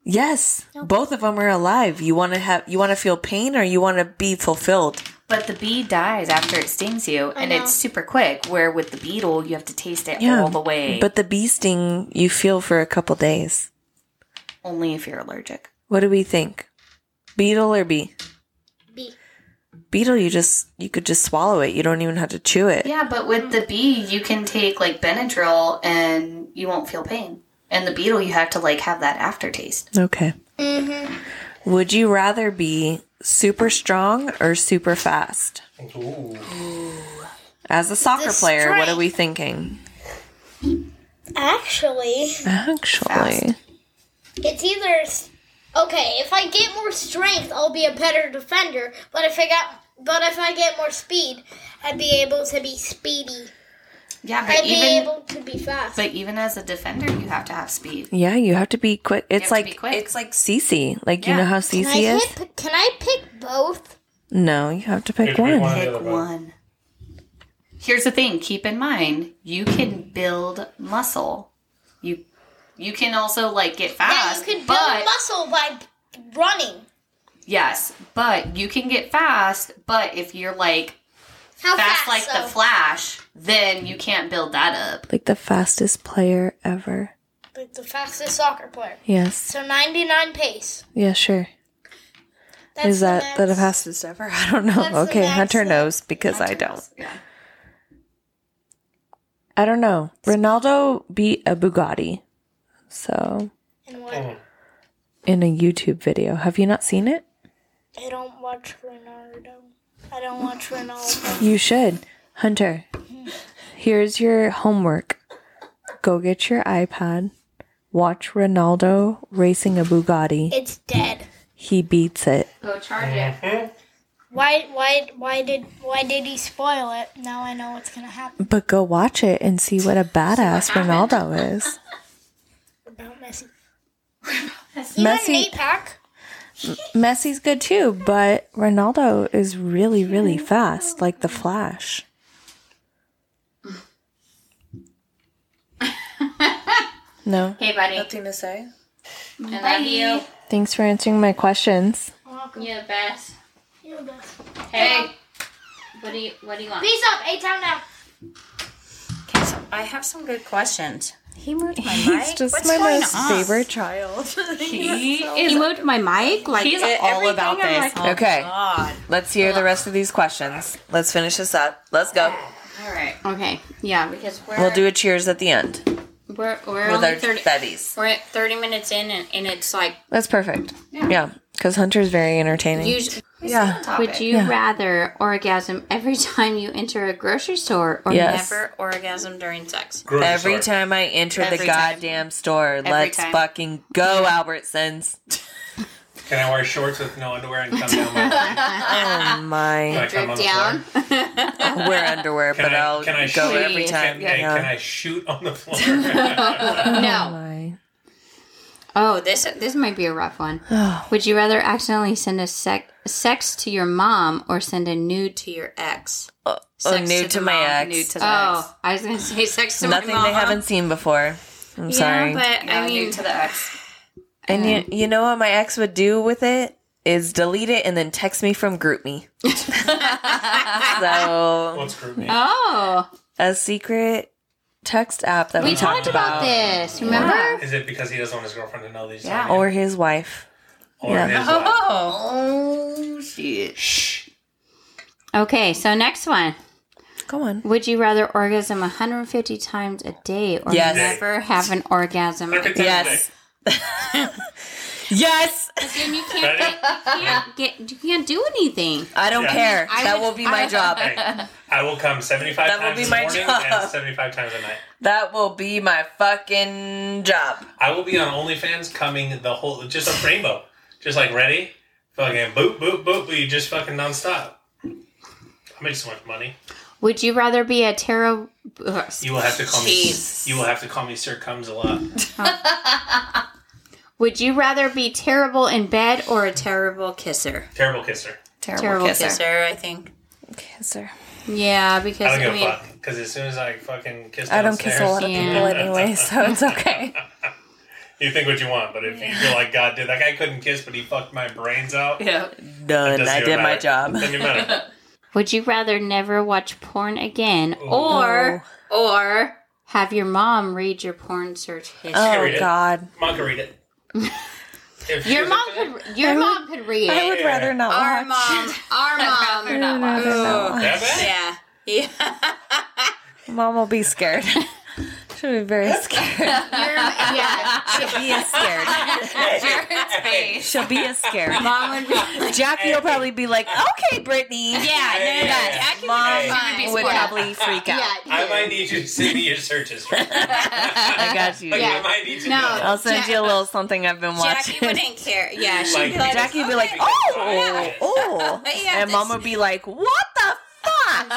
B: Yes. Both of them are alive. You want to have you want to feel pain or you want to be fulfilled?
F: But the bee dies after it stings you, and it's super quick. Where with the beetle, you have to taste it all the way.
B: But the bee sting you feel for a couple days.
F: only if you're allergic.
B: What do we think? Beetle or bee?
H: Bee.
B: Beetle, you just you could just swallow it. You don't even have to chew it.
F: Yeah, but with the bee, you can take like Benadryl, and you won't feel pain. And the beetle, you have to like have that aftertaste.
B: Okay. Would you rather be super strong or super fast?
D: Ooh.
B: As a soccer player, what are
H: strength.
B: we thinking?
H: Actually,
B: Actually,
H: it's either s- Okay, if I get more strength, I'll be a better defender, but if I got but if I get more speed, I'd be able to be speedy.
F: Yeah, but
H: I'd be
F: even
H: able to be fast.
F: but even as a defender, you have to have speed.
B: yeah, you have to be quick. It's
F: have to
B: like
F: be quick.
B: it's like Cece. Like you
F: Yeah.
B: know how
H: Can
B: Cece
H: I
B: is?
H: hit, can I pick both?
B: No, you have to pick
D: Pick one.
B: one.
D: Yeah,
F: Pick
D: but-
F: one. Here's the thing, keep in mind, you can build muscle. You you can also like get
H: Yeah, you
F: fast.
H: could build
F: but
H: muscle by running.
F: yes, but you can get fast, but if you're like
H: How
F: fast,
H: fast?
F: like
H: though?
F: the flash, then you can't build that up.
B: Like the fastest player ever.
H: Like the fastest soccer player.
B: Yes.
H: So 99 pace.
B: Yeah, sure.
H: That's
B: is that
H: the
B: the
H: max.
B: fastest ever? I don't know.
H: That's the
B: okay,
H: max
B: Hunter
H: that-
B: knows because I don't. I don't know. Ronaldo beat a Bugatti. So,
H: And what?
B: in a YouTube video. Have you not seen it?
H: I don't watch Ronaldo. I don't watch Ronaldo.
B: You should. Hunter, here's your homework. Go get your iPad. Watch Ronaldo racing a Bugatti.
H: it's dead.
B: He beats it.
G: Go charge it.
D: Mm-hmm.
H: Why? Why? Why did? Why did he spoil it? Now I know what's gonna happen
B: But go watch it and see what a badass Ronaldo is.
H: about Messi.
B: Messi-
H: Messi. Pack.
B: Messi's good too, but Ronaldo is really, really fast, like the Flash. No.
G: Hey, buddy.
B: Nothing to say.
G: I love you.
B: Thanks for answering my questions.
G: You're the best. Hey. What do you What do you want?
H: Peace up. A town now.
G: Okay, so I have some good questions. He moved my
B: He's just my
G: going
B: most
G: on?
B: favorite child.
G: He, is, he moved my mic. Like he's all about this.
B: Okay. Let's hear the rest of these questions. Let's finish this up. Let's go.
C: All right.
E: Okay. Yeah.
C: Because we're
B: We'll do a cheers at the end
E: We're, we're
B: with
E: only
B: our
E: 30,
B: Bettys.
E: we're at 30 minutes in and, and it's like,
B: That's perfect. Yeah, because Hunter's very entertaining.
E: usually,
B: yeah,
E: would you rather orgasm every time you enter a grocery store or
B: Yes.
E: never orgasm during sex?
D: Grocery
B: every
D: store.
B: time I enter the
F: Every time.
B: goddamn store, let's
F: time.
B: fucking go, Albertsons.
D: Can I wear shorts with no underwear and come down my
B: Oh
D: Can
B: my,
D: I come on the
E: down?
D: floor?
B: I'll wear underwear,
D: Can
B: but
D: I-
B: I'll
D: can I
B: go
D: shoot?
B: every time.
D: Can,
B: Yeah.
D: can- can I shoot on the floor?
B: Oh
E: No.
B: my.
E: Oh, this this might be a rough one. Would you rather accidentally send a sec- sex to your mom or send a nude to your ex?
B: Oh,
E: Sex
B: new
E: to
B: to
E: the
B: my
E: mom,
B: ex.
F: New to the ex.
E: Oh, I was gonna say sex to
B: Nothing
E: my mom.
B: they haven't seen before. I'm sorry.
E: Yeah, but um,
F: No,
E: I mean,
F: new to the ex.
B: and you, you know what my ex would do with it is delete it and then text me from GroupMe. so
D: What's group name?
E: oh,
B: a secret text app that we,
E: we talked about this. Remember?
D: Is it because he doesn't want his girlfriend to know these?
F: Yeah.
B: or his wife.
D: Or
B: Yeah.
D: his wife?
F: Oh shit!
E: Okay, so next one.
B: Go on.
E: Would you rather orgasm 150 times a day or
B: Yes.
E: never have an orgasm?
D: Perfect
B: Yes. yes.
E: Then you
D: Saturday.
E: can't,
D: Ready?
E: get, you can't do anything.
B: I don't
D: Yeah.
B: care.
E: I
B: that
E: would-
B: will be my
E: I-
B: job.
D: Hey, I will come 75
B: That will
D: times
B: be
D: in
B: my
D: the morning
B: job.
D: and 75 times at night.
B: that will be my fucking job.
D: I will be on OnlyFans coming the whole, just a rainbow. Just like, ready? Fucking boop, boop, boop, boop, you just fucking nonstop. I make so much money.
E: Would you rather be a tarot? uh,
D: You will have to call
B: Jeez.
D: me. You will have to call me Sir Comes a lot.
E: Would you rather be terrible in bed or a terrible kisser?
D: Terrible kisser.
F: Terrible,
E: Terrible
F: kisser.
E: kisser, I think. Yeah, because
D: I don't
E: I,
D: give a
E: mean,
D: fuck because as soon as I fucking kiss,
B: I don't kiss a lot of
E: Yeah.
B: people anyway, so it's okay.
D: You think what you want, but if you feel like God did that guy couldn't kiss, but he fucked my brains out.
F: Yeah.
B: Done.
D: doesn't
B: I
D: even
B: did my
D: matter.
B: job.
D: Doesn't matter.
E: would you rather never watch porn again or or have your mom read your porn search history?
B: Oh
D: Period.
B: God.
D: Mom could read it. If she
E: Your
D: was
E: mom
D: up there,
E: could your mom could read
B: Oh. I
E: it.
B: would rather not
E: Our
B: watch.
E: mom, our mom,
F: Not
B: I'd
F: one.
B: rather not watch.
D: that bad?
E: yeah, yeah.
B: Mom will be scared. She'll be very scared.
E: yeah.
B: She'll be as scared. She'll be as scared.
E: Mom would be,
B: Jackie will probably be like, "Okay, Brittany."
E: yeah,
D: Hey,
E: yeah.
B: Mom
E: She
B: would,
E: would be spoiled.
B: probably freak out.
D: I might need you to send me your search history.
B: I got you.
D: Like,
E: Yeah.
D: I might need to
E: No.
D: know.
B: I'll send you a little something I've been watching.
E: Jackie wouldn't care. Yeah, she'd
D: Like,
E: be like,
B: Jackie would be like,
D: Okay.
B: "Oh, oh,"
E: Yeah,
B: and Mom
E: this-
B: would be like, "What the fuck?"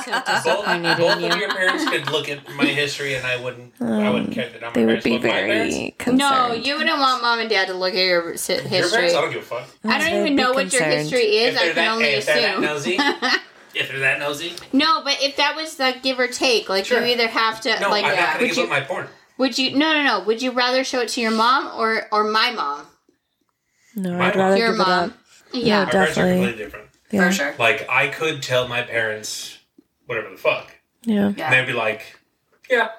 E: so
D: both,
E: disappointed in
D: both
E: you.
D: of your parents could look at my history, and I wouldn't. I wouldn't care that I'm
B: Um, They would
D: embarrassed
B: be
D: about my parents.
B: very concerned.
E: No, you wouldn't want mom and dad to look at your s-
D: Your parents,
E: history.
D: I don't give a
E: I
D: fuck.
B: They
E: don't
B: would
E: even
B: be
E: know what your
B: concerned.
E: history is. I
D: they're
E: can only
D: if they're that
E: assume.
D: nosy, if they're that nosy,
E: No, but if that was the give or take, like
D: Sure.
E: you either have to,
D: no,
E: like,
D: I'm not gonna
E: would
D: give
E: you,
D: up my porn.
E: would you, no, no, no, would you rather show it to your mom or or my mom,
B: No,
D: My
B: I'd rather
E: your
B: give it
E: mom?
B: up.
E: Yeah,
D: My parents are
B: Definitely.
D: completely different.
B: Yeah.
F: For sure.
D: Like I could tell my parents whatever the fuck,
B: Yeah.
D: and they'd be like, "Yeah,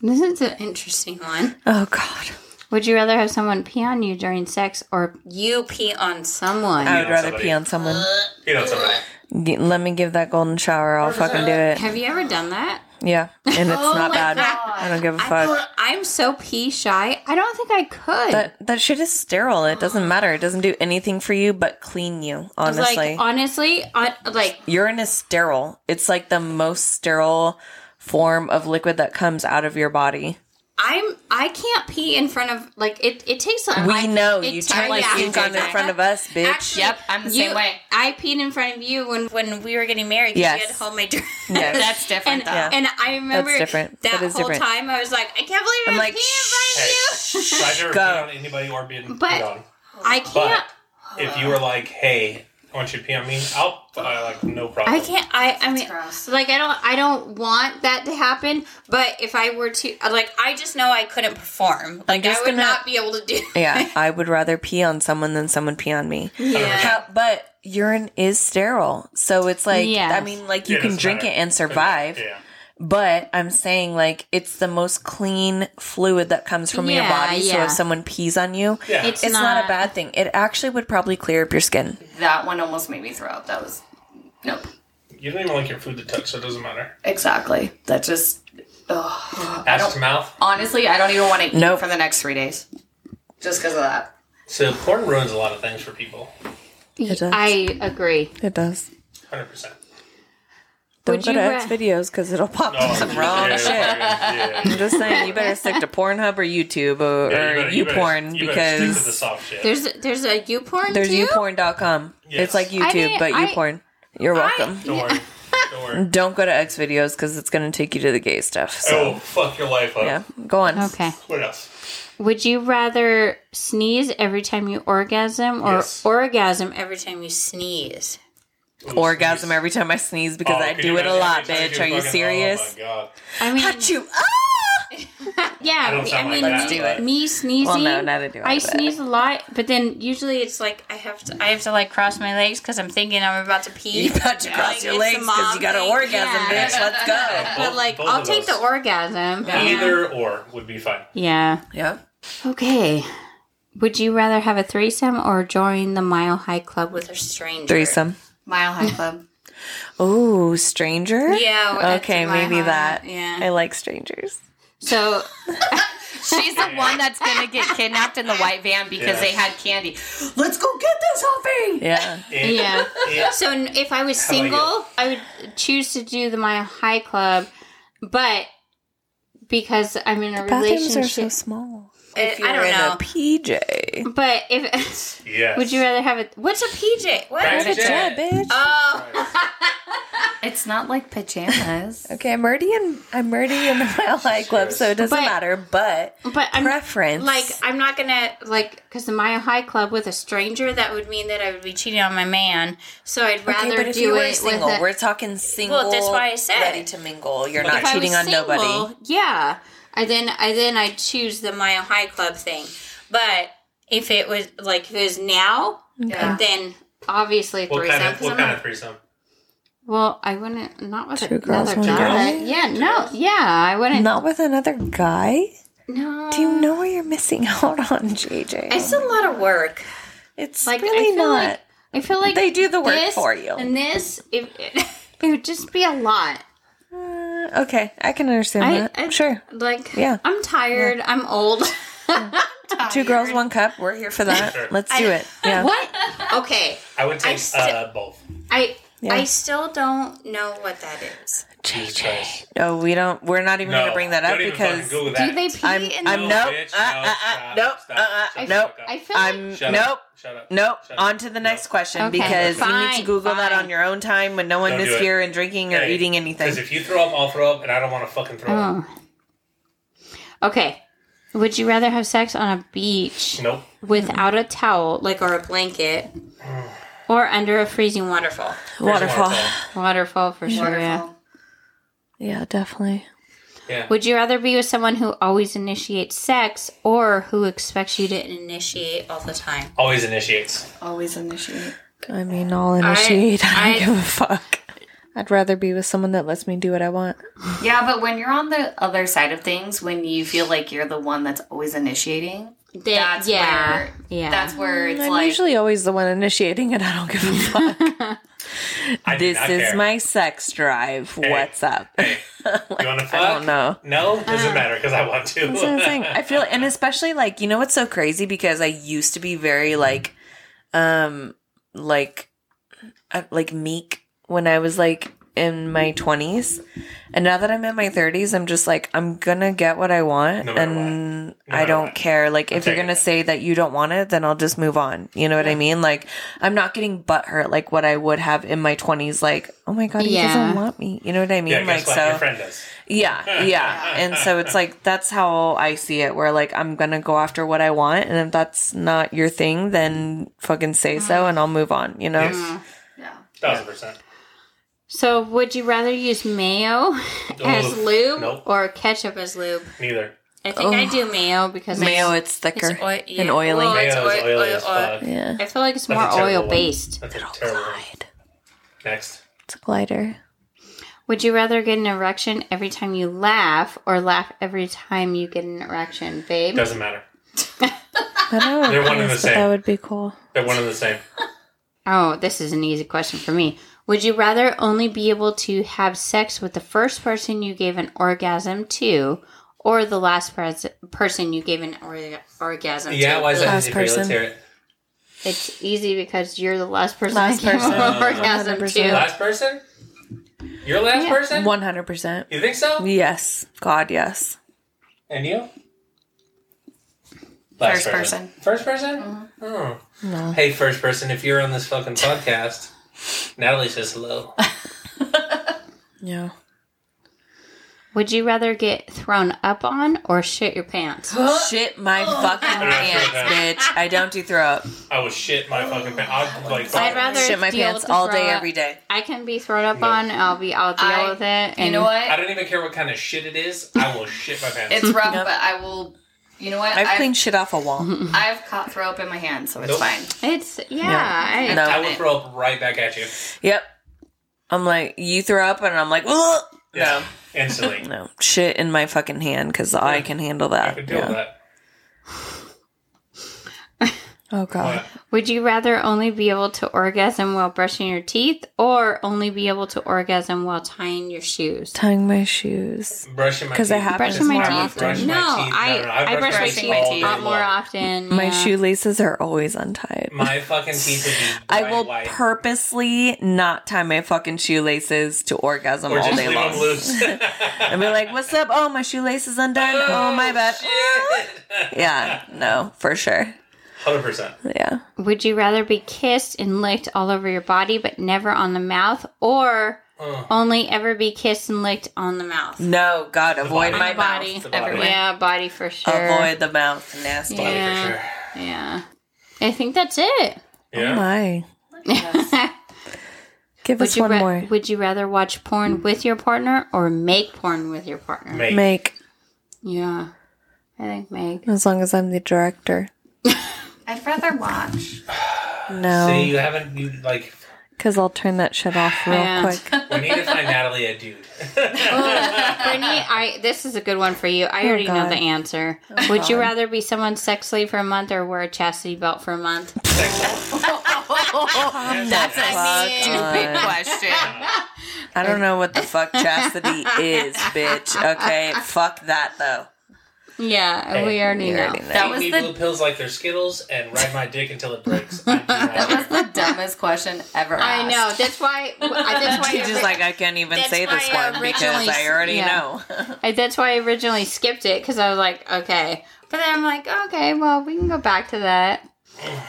E: this is an interesting one.
B: Oh God.
E: Would you rather have someone pee on you during sex or you pee on someone?
B: I would
D: on
B: rather
D: somebody.
B: pee on someone.
D: you know somebody."
B: G- Let me give that golden shower. I'll fucking do it.
E: have you ever done that?
B: Yeah, and it's
E: Oh
B: not bad. I don't give a fuck.
E: I'm so pee shy. I don't think I could.
B: That that shit is sterile. It doesn't matter. It doesn't do anything for you but clean you. Honestly,
E: Like honestly, on, like
B: urine is sterile. It's like the most sterile form of liquid that comes out of your body.
E: I'm I can't pee in front of like it. It takes a
B: We
E: I-
B: know
E: it
B: you
E: takes-
B: turned like
E: yeah.
B: pink on in front of us, bitch.
E: Actually,
F: Yep, I'm the
E: you-
F: same way.
E: I peed in front of you when when we were getting married. 'cause
B: Yes.
E: you had to hold my dress.
B: Yes.
F: That's different.
E: And,
F: though.
E: and I remember
B: different.
E: that,
B: That is
E: whole
B: different.
E: time I was like, I can't believe
B: I'm
E: I'm
B: like,
E: like, peeing in
D: Hey,
E: front of you.
D: so I've never
B: Go.
D: peed on anybody or been
E: But-
D: peed on.
E: I can't.
D: If you were like, "Hey, I want you to pee on me," I'll I, like no problem.
E: I can't. I. I mean,
F: gross.
E: like, I don't. I don't want that to happen. But if I were to, like, I just know I couldn't perform. Like,
B: just
E: I would
B: gonna-
E: not be able to do.
B: yeah, I would rather pee on someone than someone pee on me.
E: Yeah.
B: How- but urine is sterile, so it's like
E: Yes.
B: I mean, like you
D: It
B: can
D: doesn't
B: drink
D: matter.
B: it and survive.
D: Yeah.
B: But I'm saying like it's the most clean fluid that comes from your
E: Yeah,
B: body. So
E: yeah.
B: if someone pees on you,
D: Yeah.
E: It's,
B: it's not,
E: not
B: a bad thing. It actually would probably clear up your skin.
F: that one almost made me throw up. That was nope.
D: You don't even like your food to touch, so it doesn't matter.
F: Exactly. That just. Ugh. I
D: Ass
F: don't.
D: to mouth.
F: Honestly, I don't even want to eat
B: Nope.
F: for the next three days, just because of that.
D: So porn ruins a lot of things for people.
B: It does.
E: I agree.
B: It does.
D: Hundred percent.
B: Don't
E: Would
B: go
E: you
B: to
E: ra-
B: X videos because it'll pop
D: Oh,
B: up some wrong shit. I'm just saying, you better stick to Pornhub or YouTube or, or YouPorn
D: stick to the
B: because
D: soft shit.
E: There's there's a YouPorn
B: there's
E: too.
B: YouPorn.com.
D: Yes.
B: It's like YouTube,
E: mean,
B: but
E: I-
B: YouPorn. You're welcome.
D: Don't worry. Don't worry.
B: Don't go to X videos because it's going to take you to the gay stuff. So,
D: Oh, fuck your life up.
B: yeah, go on.
E: Okay.
D: What else?
E: Would you rather sneeze every time you orgasm or
D: Yes.
E: orgasm every time you sneeze?
D: Ooh,
B: Orgasm
D: sneeze.
B: every time I sneeze because
D: Oh,
B: I
D: could
B: do
D: you
B: it a
D: imagine
B: lot,
D: every time
B: bitch. Are you
D: fucking-
B: serious? Ah!
D: Oh my god.
E: I mean,
B: Achoo.
E: yeah.
D: I don't
E: I
D: sound
E: mean,
D: like
E: me,
D: that,
B: do it.
E: me sneezing.
B: Well, no, not to do it,
E: I
B: but-
E: sneeze a lot, but then usually it's like I have to I have to like cross my legs because I'm thinking I'm about to pee.
B: You about to cross
E: Like,
B: your
E: it's
B: legs
E: the
B: because
E: mom
B: you got an
E: thing.
B: orgasm,
E: Yeah.
B: bitch. Let's go.
E: But
D: Uh, Both-
E: like,
D: both
E: I'll
D: of
E: take the
D: those.
E: orgasm. Yeah.
D: Either or would be fine.
E: Yeah.
B: Yeah.
E: Okay. Would you rather have a threesome or join the Mile High Club with a stranger?
B: Threesome.
F: Mile High Club.
B: Oh, stranger?
E: Yeah. well, it's
B: Okay,
E: Mile
B: maybe
E: High.
B: that. I
E: Yeah.
B: like strangers.
E: So
F: She's the one that's gonna get kidnapped in the white van because
D: Yeah.
F: they had candy. Let's go get this, Huffy.
B: Yeah.
D: And-
E: yeah.
D: and-
E: So n- if I was
D: about you?
E: single, I would choose to do the Mile High Club, but because I'm in a
B: Bathrooms are so
E: relationship,
B: small.
E: I- I don't know.
B: PJ.
E: But if
D: yes.
E: would you rather have it? What's a PJ? What? Oh,
D: Right.
B: Good job,
D: Jet.
B: bitch.
E: uh,
F: It's not like pajamas.
B: okay, I'm already in I'm already in the Mile High Club, so it doesn't
E: But-
B: matter. But
E: But I'm
B: preference.
E: like I'm not gonna like because the Mile High Club with a stranger that would mean that I would be cheating on my man. So I'd
B: Okay,
E: rather
B: but if you
E: do
B: were
E: it
B: single,
E: with a,
B: we're talking single.
E: that's why I said-
B: ready to mingle. You're
E: if
B: not
E: I was
B: cheating on
E: single,
B: nobody.
E: Yeah, I then I then I choose the Mile High Club thing. But if it was like if it was now,
F: Yeah.
E: then obviously
D: what
E: threesome.
D: kind of
E: 'cause
D: what
E: I'm
D: kind
E: not-
D: of threesome?
E: well, I wouldn't not with
B: Two girls,
E: another
B: one
E: guy.
B: girl?
E: Yeah, no, yeah, I wouldn't.
B: Not with another guy.
E: No,
B: Do you know what you're missing out on, JJ?
E: it's a lot of work.
B: It's
E: Like
B: really
E: I feel
B: not.
E: Like, I feel like
B: They do the work
E: this
B: for you.
E: And this, it, it, would just be a lot.
B: Uh, okay, I can understand
E: I-
B: that.
E: I-
B: sure.
E: Like,
B: Yeah.
E: I'm tired. I'm old.
B: Two girls, one cup. We're here for
D: Sure.
B: that. Let's do it. Yeah.
E: what? Okay,
D: I would take
E: still-
D: uh, both.
E: I
B: Yeah.
E: I still don't know what that is.
D: Jesus Christ.
B: No, we don't. We're not even going to bring that up
D: don't even
B: because
D: fucking Google that.
E: Do they pee
B: I'm.
E: in
B: I'm
E: the-
D: No,
B: nope.
D: bitch,
B: uh,
D: no,
B: uh, uh,
D: stop,
B: nope.
D: stop,
B: uh, uh, nope.
D: shut the fuck up.
E: I feel like
B: I'm
D: Shut
B: nope.
D: up. Shut up.
B: Nope.
D: Shut up.
B: On to the next question
E: Okay,
B: because you need
E: fine,
B: to Google that
E: fine.
B: on your own time when no one
D: Don't do
B: is
D: it.
B: here and drinking or
D: Hey,
B: eating anything.
D: Because if you throw up, I'll throw up, and I don't want to fucking throw up.
E: Oh. Okay. Would you rather have sex on a beach
D: Nope.
E: without a towel, like or a blanket, or under a freezing waterfall?
B: Waterfall.
E: Waterfall for sure. Yeah.
F: Waterfall.
B: Yeah, definitely.
D: Yeah.
E: Would you rather be with someone who always initiates sex or who expects you to initiate all the time?
D: Always initiates.
F: Always initiate.
B: I mean, I'll initiate. I,
E: I-
B: don't give a fuck. I'd rather be with someone that lets me do what I want.
F: Yeah, but when you're on the other side of things, when you feel like you're the one that's always initiating,
E: They-
F: that's
E: yeah.
F: where
E: yeah.
F: that's where it's
B: I'm
F: like
B: usually always the one initiating, and I don't give a fuck.
D: I do
B: this
D: not
B: is
D: care.
B: my sex drive. What's up?
D: You want to fuck?
B: I don't know.
D: No,
E: Uh-huh.
D: doesn't matter because I want to.
B: That's what I'm saying. I feel, and especially like you know what's so crazy because I used to be very
D: Mm-hmm.
B: like, um, like, uh, like meek when I was like in my twenties, and now that I'm in my thirties, I'm just like I'm gonna get what I want,
D: No matter
B: and
D: No
B: I
D: matter
B: don't
D: what.
B: care. Like if you're
D: taking
B: gonna
D: it.
B: say that you don't want it, then I'll just move on. You know what I mean? Like I'm not getting butthurt like what I would have in my twenties. Like oh my god, he
E: Yeah.
B: doesn't want me. You know what I mean?
D: yeah,
B: like
D: guess what? Your friend does.
B: yeah, yeah. And so it's like that's how I see it where like I'm going to go after what I want and if that's not your thing then fucking say
E: Mm.
B: so and I'll move on, you know.
E: Uh-huh.
D: Yes.
F: yeah.
D: Thousand percent.
E: So, would you rather use mayo as
D: Ugh,
E: lube
D: nope.
E: or ketchup as lube?
D: Neither.
E: I think I do mayo because
B: Mayo
E: it's,
B: it's thicker
E: it's oil- yeah.
B: and oily.
E: Well, it's
D: Mayo is
E: oil-
D: oily
E: oil-
D: as fuck.
B: yeah.
E: I feel like it's
D: That's
E: more
D: a terrible
E: oil
D: one.
E: based.
D: That's a terrible. one. Next.
B: It's a glider.
E: Would you rather get an erection every time you laugh or laugh every time you get an erection, babe?
D: Doesn't matter.
B: I don't know.
D: They're one and the
B: but That
D: same.
B: would be cool.
D: They're one and the same.
E: Oh, this is an easy question for me. Would you rather only be able to have sex with the first person you gave an orgasm to, or the last pres- person you gave an orga- orgasm
D: Yeah,
E: to?
D: why is that
B: Last
D: easy for you? Let's
B: person.
D: hear it.
E: It's easy because you're the last person
B: Last
E: I gave
B: person.
E: an orgasm to.
B: 100%.
D: Last person? Your last person?
B: One hundred percent.
D: You think so?
B: Yes. God, yes.
D: And you?
F: First person.
D: First person?
E: Mm-hmm.
D: Oh. Hey, first person, if you're on this fucking podcast, Natalie says hello.
B: Yeah.
E: Would you rather get thrown up on or shit your pants?
B: Shit my fucking pants, bitch. I don't do throw up.
D: I was shit my fucking pants. I'd like
E: I'd rather
B: Shit my
E: deal
B: pants
E: with the
B: all day,
E: throw up.
B: every day.
E: I can be thrown up on. I'll be. I'll deal
F: I-
E: with it. And
F: You know
D: I
F: what?
D: don't even care what kind of shit it is. I will shit my pants.
F: It's rough, but I will. You know what?
B: I've,
F: I've,
B: cleaned shit off a wall.
F: I've caught throw up in my hand, so it's
D: Nope.
F: fine.
E: It's yeah. I,
D: I
B: No.
D: will throw up right back at you.
B: Yep. I'm like, you throw up, and I'm like, Ugh!
D: Yeah. Instantly.
B: no, no, shit in my fucking hand because I can handle
D: I
B: that.
D: could deal with
B: Yeah.
D: that.
B: Oh god.
E: Would you rather only be able to orgasm while brushing your teeth, or only be able to orgasm while tying your shoes?
B: Tying my shoes.
D: Brushing my
B: 'Cause I
D: teeth.
B: have
E: Brushing my
B: more
E: teeth.
B: often.
D: Brush
E: no,
D: my teeth.
E: I,
D: No, no,
E: I, brush my
F: brushing
E: teeth
F: my
E: a
F: teeth.
E: lot more
D: Yeah.
E: often.
B: My
E: yeah.
B: shoelaces are always untied.
D: My fucking teeth would be
B: I
D: bright
B: will
D: white.
B: purposely not tie my fucking shoelaces to orgasm
D: or
B: all
D: just
B: day
D: leave them
B: long.
D: loose.
B: And be like, what's up? Oh, my shoelaces undone. Oh, my bad. Yeah, no, for sure.
D: Hundred percent.
B: Yeah.
E: Would you rather be kissed and licked all over your body but never on the mouth, or only ever be kissed and licked on the mouth?
B: No, God, avoid
D: body.
B: my
E: The body,
B: mouth.
D: the body.
E: everywhere. Yeah, body for sure.
B: Avoid the mouth. Nasty.
E: Yeah. Yeah, I think that's it.
F: Oh
D: Yeah.
B: My. Give
E: Would
B: us
E: you
B: one
E: ra-
B: more.
E: Would you rather watch porn with your partner or make porn with your partner?
D: Mate.
B: Make,
E: Yeah, I think make.
B: as long as I'm the director.
F: I'd rather watch.
D: Uh, See,
B: No,
D: you haven't. You like.
B: because I'll turn that shit off real
E: Yeah.
B: quick.
D: We need to find Natalie a dude.
F: Oh,
E: Brittany, I this is a good one for you. I already know
B: Oh, God. Oh,
E: the answer. would you rather be someone's sex slave for a month or wear a chastity belt for a month?
B: That's
F: Stupid question.
B: I don't know what the fuck chastity is, bitch. Okay, fuck that though.
E: Yeah, we already
B: You
E: know.
B: already know.
F: That
D: Eat
F: was
D: me
F: the-
D: blue pills like they're Skittles and ride my dick until it breaks. I do not care.
F: the dumbest question ever.
E: I know. That's why. That's why.
B: She's just like, I can't even
E: That's
B: say this
E: why I
B: one because
E: originally-
B: I already
E: yeah.
B: know.
E: I- that's why I originally skipped it because I was like, okay. But then I'm like, okay, well, we can go back to that.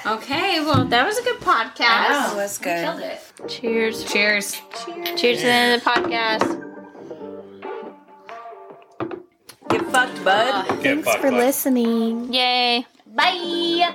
E: Okay, well, that was a good podcast.
B: that's
F: Killed
B: good.
F: it.
E: Cheers.
F: Cheers.
E: Cheers to the end of the podcast.
B: Get fucked, bud.
D: Get fucked, bud.
E: Yay.
G: Bye.